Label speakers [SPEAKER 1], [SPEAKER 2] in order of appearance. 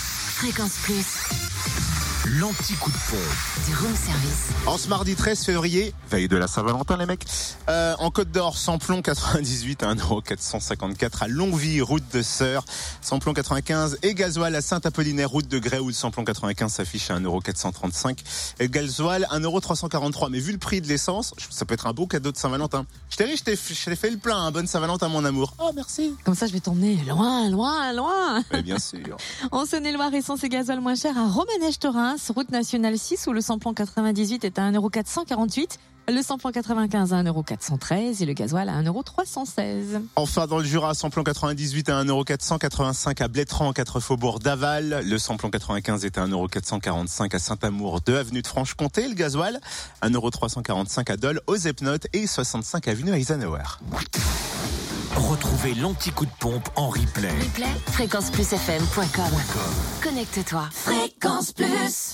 [SPEAKER 1] Fréquence Plus,
[SPEAKER 2] L'anti-coup de pompe.
[SPEAKER 1] du room service.
[SPEAKER 2] En ce mardi 13 février, veille de la Saint-Valentin, les mecs, euh, en Côte d'Or, samplon 98 à 1,454€ à Longwy, route de Sœur, samplon 95 et gasoil à Saint-Apollinaire, route de Grès, où le samplon 95 s'affiche à 1,435€ et gasoil 1,343€. Mais vu le prix de l'essence, ça peut être un beau cadeau de Saint-Valentin. Je t'ai dit, je t'ai je t'ai fait le plein, hein. bonne Saint-Valentin, mon amour. Oh, merci.
[SPEAKER 3] Comme ça, je vais t'emmener loin, loin, loin.
[SPEAKER 2] Mais bien sûr.
[SPEAKER 3] En Saône-et-Loire, essence et gasoil moins cher à Romanèche-Torins, route nationale 6, où le samplon 98 est à 1,448€. Le samplon 95 à 1,413€ et le gasoil à 1,316€.
[SPEAKER 2] Enfin, dans le Jura, samplon 98 à 1,485€ à Blétran, 4 faubourg d'Aval. Le samplon 95 est à 1,445€ à Saint-Amour, 2 avenue de Franche-Comté. Le gasoil, 1,345€ à Dole, aux Epnotes et 65 avenue Eisenhower.
[SPEAKER 4] Retrouvez l'anti-coup de pompe en replay.
[SPEAKER 1] Replay, fréquenceplusfm.com. Connecte-toi. Fréquence Plus.